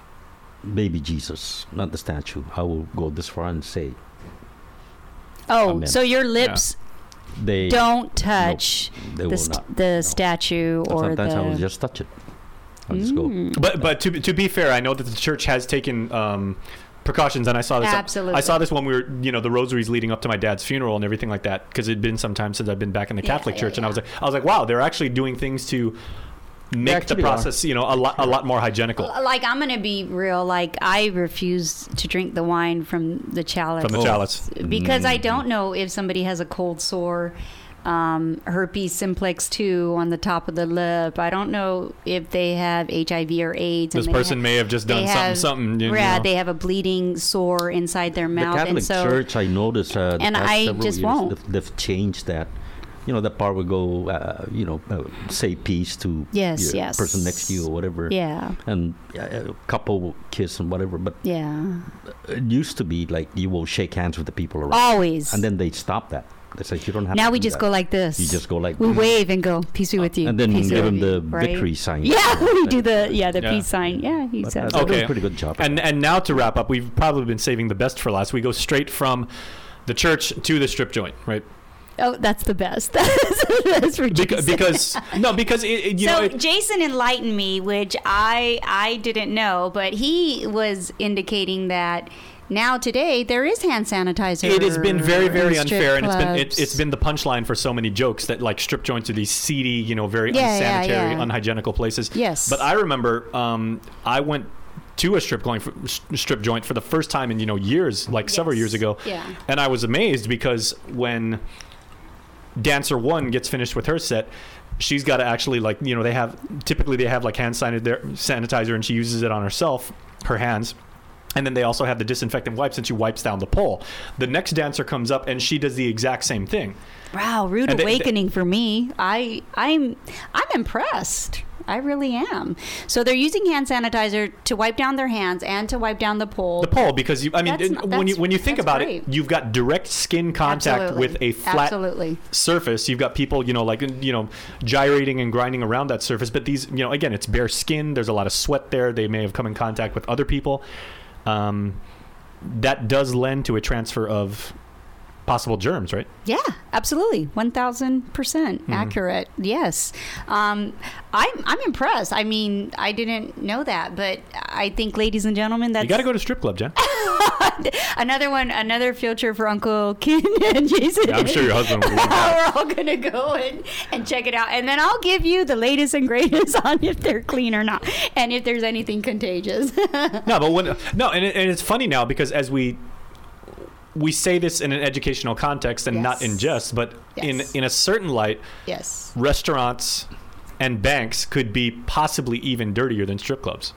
C: baby Jesus, not the statue. I will go this far and say
B: Oh,
C: Amen.
B: so your lips
C: they
B: don't touch
C: they
B: the,
C: will
B: st-
C: not.
B: the statue or
C: Sometimes
B: the.
C: I will just touch it. I'll just go.
B: Mm.
A: But but to to be fair, I know that the church has taken um, precautions, and I saw this.
B: Absolutely.
A: I saw this when we were, you know, the rosaries leading up to my dad's funeral and everything like that, because it'd been some time since I've been back in the
B: Yeah,
A: Catholic
B: yeah,
A: Church, and I
B: yeah.
A: was like, I was like, wow, they're actually doing things to make the
C: actually are.
A: process, you know, a lot a lot more hygienical.
B: L- Uh, Like I'm gonna be real. Like I refuse to drink the wine from the chalice.
A: From the Oh. chalice.
B: because
C: Mm-hmm.
B: I don't know if somebody has a cold sore, um, herpes simplex two on the top of the lip. I don't know if they have HIV or AIDS.
A: This
B: and they
A: person
B: have-
A: may have just
B: they
A: done
B: have-
A: something, something. You
B: yeah,
A: know.
B: they have a bleeding sore inside their
C: The
B: mouth,
C: Catholic
B: and so
C: Church, I noticed, uh, the
B: And
C: past
B: I
C: several
B: just
C: years,
B: won't.
C: They've, they've changed that. You know, that part would go, uh, you know, uh, say peace to
B: Yes,
C: your
B: yes.
C: person next to you or whatever,
B: yeah,
C: and uh, a couple kiss and whatever. But
B: yeah,
C: it used to be like you will shake hands with the people around,
B: always.
C: and then they stop that. They say you don't have.
B: now
C: to
B: we
C: do
B: just
C: that.
B: go like this.
C: You just go like,
B: We wave and go, peace be with you.
C: and then
B: peace be
C: give them
B: with
C: the
B: you," right?
C: victory sign.
B: Yeah, we do the yeah the
A: Yeah.
B: peace sign. Yeah, he
C: But,
B: says.
C: uh, they do
A: Okay.
C: a pretty good job. at
A: And and now to wrap up, we've probably been saving the best for last. We go straight from the church to the strip joint, right?
B: Oh, that's the best. that's, that's for Jason.
A: Because, because no, because it, it- you
B: so
A: know. It,
B: Jason enlightened me, which I I didn't know, but he was indicating that now today there is hand sanitizer.
A: It has been very, very
B: in strip
A: unfair, and it's been
B: clubs.
A: it, it's been the punchline for so many jokes that like strip joints are these seedy, you know, very
B: Yeah, yeah,
A: unsanitary,
B: yeah.
A: unhygienical places.
B: Yes.
A: But I remember um, I went to a strip going for, s- strip joint for the first time in you know years, like several
B: Yes.
A: years ago.
B: Yeah.
A: And I was amazed because when dancer one gets finished with her set. She's got to actually like you know they have typically they have like hand sanit- sanitizer and she uses it on herself, her hands. And then they also have the disinfectant wipes, and she wipes down the pole. The next dancer comes up, and she does the exact same thing.
B: Wow, rude
A: And they- they-
B: awakening for me. I I'm I'm impressed. I really am. So they're using hand sanitizer to wipe down their hands and to wipe down the pole.
A: The pole, because you, I mean,
B: That's
A: it-
B: not-
A: when you
B: that's-
A: when you think
B: that's
A: about
B: great.
A: it, you've got direct skin contact with a flat
B: Absolutely.
A: surface. You've got people, you know, like you know, gyrating and grinding around that surface. But these, you know, again, it's bare skin. There's a lot of sweat there. They may have come in contact with other people. Um, that does lend to a transfer of possible germs, right?
B: Yeah, absolutely, one thousand percent
A: Mm-hmm.
B: accurate. Yes, um, I'm I'm impressed. I mean, I didn't know that, but I think, ladies and gentlemen, that's
A: You got to go to strip club, Jen.
B: another one, another future for Uncle Ken and Jason.
A: Yeah, I'm sure your husband would love
B: We're
A: that.
B: all gonna go and, and check it out, and then I'll give you the latest and greatest on if they're clean or not, and if there's anything contagious.
A: no, but when no, and, it, and it's funny now because as we we say this in an educational context and not in
B: Yes.
A: jest, but
B: Yes.
A: in in a certain light,
B: yes.
A: restaurants and banks could be possibly even dirtier than strip clubs.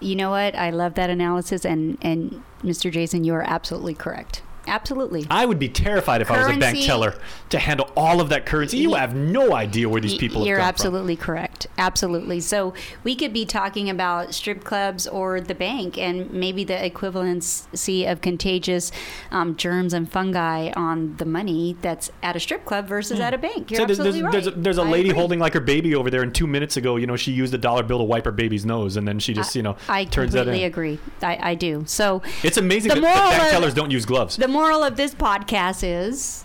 B: You know what? I love that analysis, and and Mr. Jason, you are absolutely correct. Absolutely.
A: I would be terrified if I was a bank
B: Currency-
A: teller to handle all of that currency. You
B: Y-
A: have no idea where these people
B: You're
A: have come
B: absolutely correct. Absolutely. So we could be talking about strip clubs or the bank, and maybe the equivalency of contagious um, germs and fungi on the money that's at a strip club versus at a bank.
A: from. Hmm.
B: You're
A: So there's, there's,
B: absolutely
A: there's, a,
B: right.
A: there's a
B: I
A: lady
B: agree.
A: holding like her baby over there, and two minutes ago, you know, she used a dollar bill to wipe her baby's nose, and then she
B: Uh,
A: just, you know,
B: I
A: turns that
B: completely
A: in.
B: agree. I, I do. So
A: It's amazing
B: The
A: that, that
B: moral
A: bank
B: of-
A: tellers don't use gloves.
B: The moral of this podcast is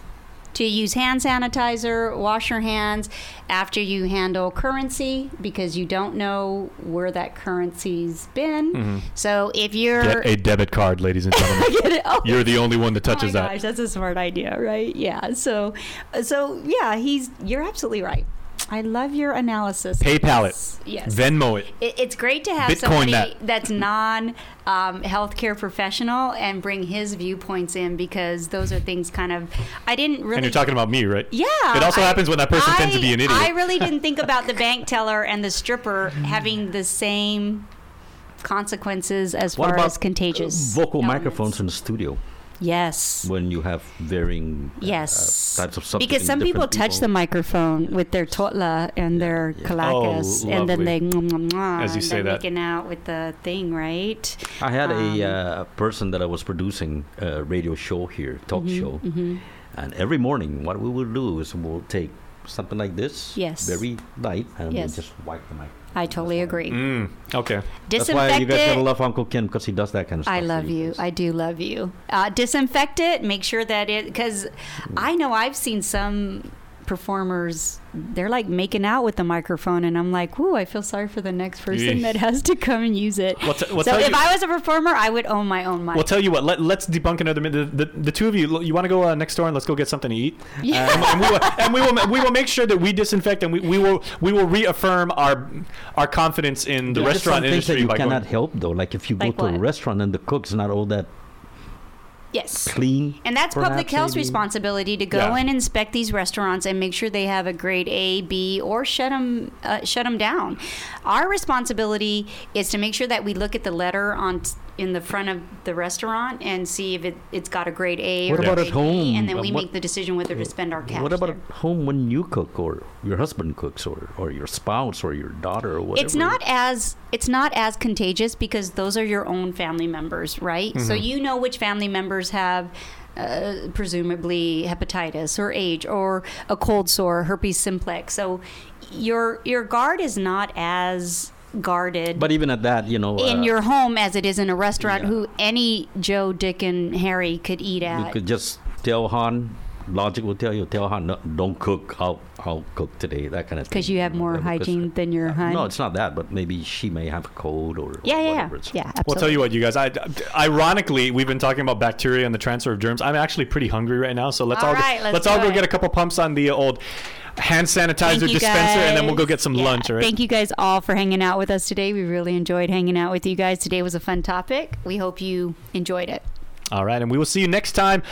B: to use hand sanitizer, wash your hands after you handle currency because you don't know where that currency's
A: Hmm.
B: been. So if you're
A: a debit card, ladies and gentlemen.
B: Get it? Oh,
A: You're the only one that
B: oh my gosh, that's a smart idea, right? Yeah. So so yeah, he's you're absolutely right. I love your analysis.
A: PayPal
B: Yes. Yes.
A: Venmo it.
B: It, it's great to have
A: Bitcoin
B: somebody
A: that.
B: that's non um, healthcare professional and bring his viewpoints in because those are things kind of I didn't really.
A: And you're talking about me, right?
B: yeah.
A: It also
B: I-
A: happens when that person tends to be an idiot.
B: I really didn't think about the bank teller and the stripper having the same consequences as
C: What
B: far
C: about uh,
B: as contagious
C: vocal
B: elements.
C: microphones uh, in the studio
B: Yes.
C: when you have varying uh,
B: Yes,
C: types of subjects.
B: because some people touch the microphone with their totla and their
C: yeah.
B: calacas,
C: Oh,
B: and then
C: lovely.
B: they mwah, mwah, mwah,
A: As you
B: and
A: say
B: they're
A: that.
B: making out with the thing, right?
C: I had
B: um,
C: a uh, person that I was producing a radio show here, talk
B: Mm-hmm.
C: show, and every morning what we would do is we'll take something like this,
B: Yes.
C: very light, and
B: Yes.
C: we'll just wipe the mic.
B: I totally agree.
A: Mm, okay.
C: That's why you
B: Disinfect
C: guys gotta
B: it.
C: love Uncle Ken because he does that kind of stuff.
B: I
C: for
B: love you.
C: guys.
B: I do love you. Uh, disinfect it. Make sure that it, because
C: Mm.
B: I know I've seen some performers, they're like making out with the microphone, and I'm like, whoo, I feel sorry for the next person
A: Yeesh.
B: that has to come and use it.
A: We'll, t- we'll
B: so
A: tell
B: if
A: you,
B: I was a performer, I would own my own mic.
A: we'll tell you what. Let, let's debunk another minute. The, the, the two of you, l- you want to go uh, next door and let's go get something to eat? Uh,
B: Yeah.
A: and, and we will, and we will ma- we will make sure that we disinfect and we, we will we will reaffirm our our confidence in the
C: There's just
A: restaurant
C: some things
A: industry
C: that you
A: by going-
C: cannot help though. Like if you
B: Like
C: go to
B: what?
C: a restaurant and the cook's not all that
B: yes.
C: clean,
B: And that's public
C: Perhaps,
B: health
C: maybe.
B: responsibility to go
A: Yeah.
B: and inspect these restaurants and make sure they have a grade A, B, or shut them uh, shut 'em down. Our responsibility is to make sure that we look at the letter on t- in the front of the restaurant and see if it, it's got a grade A
C: What
B: or a
C: about
B: grade
C: at home?
B: B, and then
C: Uh,
B: we
C: what-
B: make the decision whether to spend our cash.
C: What about
B: there.
C: at home when you cook, or your husband cooks, or, or your spouse, or your daughter, or whatever?
B: It's not as it's not as contagious because those are your own family members, right? So
C: Mm-hmm.
B: you know which family members have uh, presumably hepatitis or age or a cold sore, herpes simplex. So your your guard is not as guarded
C: But even at that, you know,
B: in
C: uh,
B: your home as it is in a restaurant
C: yeah.
B: who any Joe, Dick, and Harry could eat
C: you
B: at.
C: could just tell Han. Logic will tell you, tell Han, no, don't cook. I'll I'll cook today. That kind of thing.
B: Because you have
C: know,
B: more
C: because- uh,
B: hygiene than your hun.
C: No, it's not that, but maybe she may have a cold or, or
B: yeah, yeah, yeah,
C: whatever. It's-
B: yeah.
A: Well, tell you what, you guys. I, ironically, we've been talking about bacteria and the transfer of germs. I'm actually pretty hungry right now, so let's all,
B: All
A: go-
B: right,
A: let's,
B: let's
A: all
B: do
A: go
B: it.
A: get a couple pumps on the old hand sanitizer
B: Thank you
A: dispenser, and then we'll go get
B: guys.
A: some
B: Yeah.
A: lunch. All right.
B: Thank you guys all for hanging out with us today. We really enjoyed hanging out with you guys. Today was a fun topic. We hope you enjoyed it.
A: All right, and we will see you next time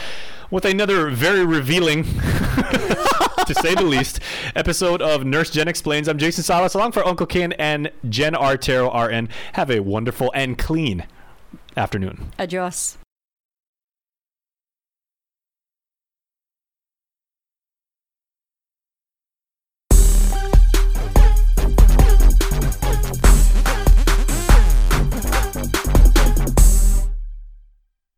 A: with another very revealing, to say the least, episode of Nurse Jen Explains. I'm Jason Salas, along for Uncle Ken and Jen Artero RN. Have a wonderful and clean afternoon.
B: Adios.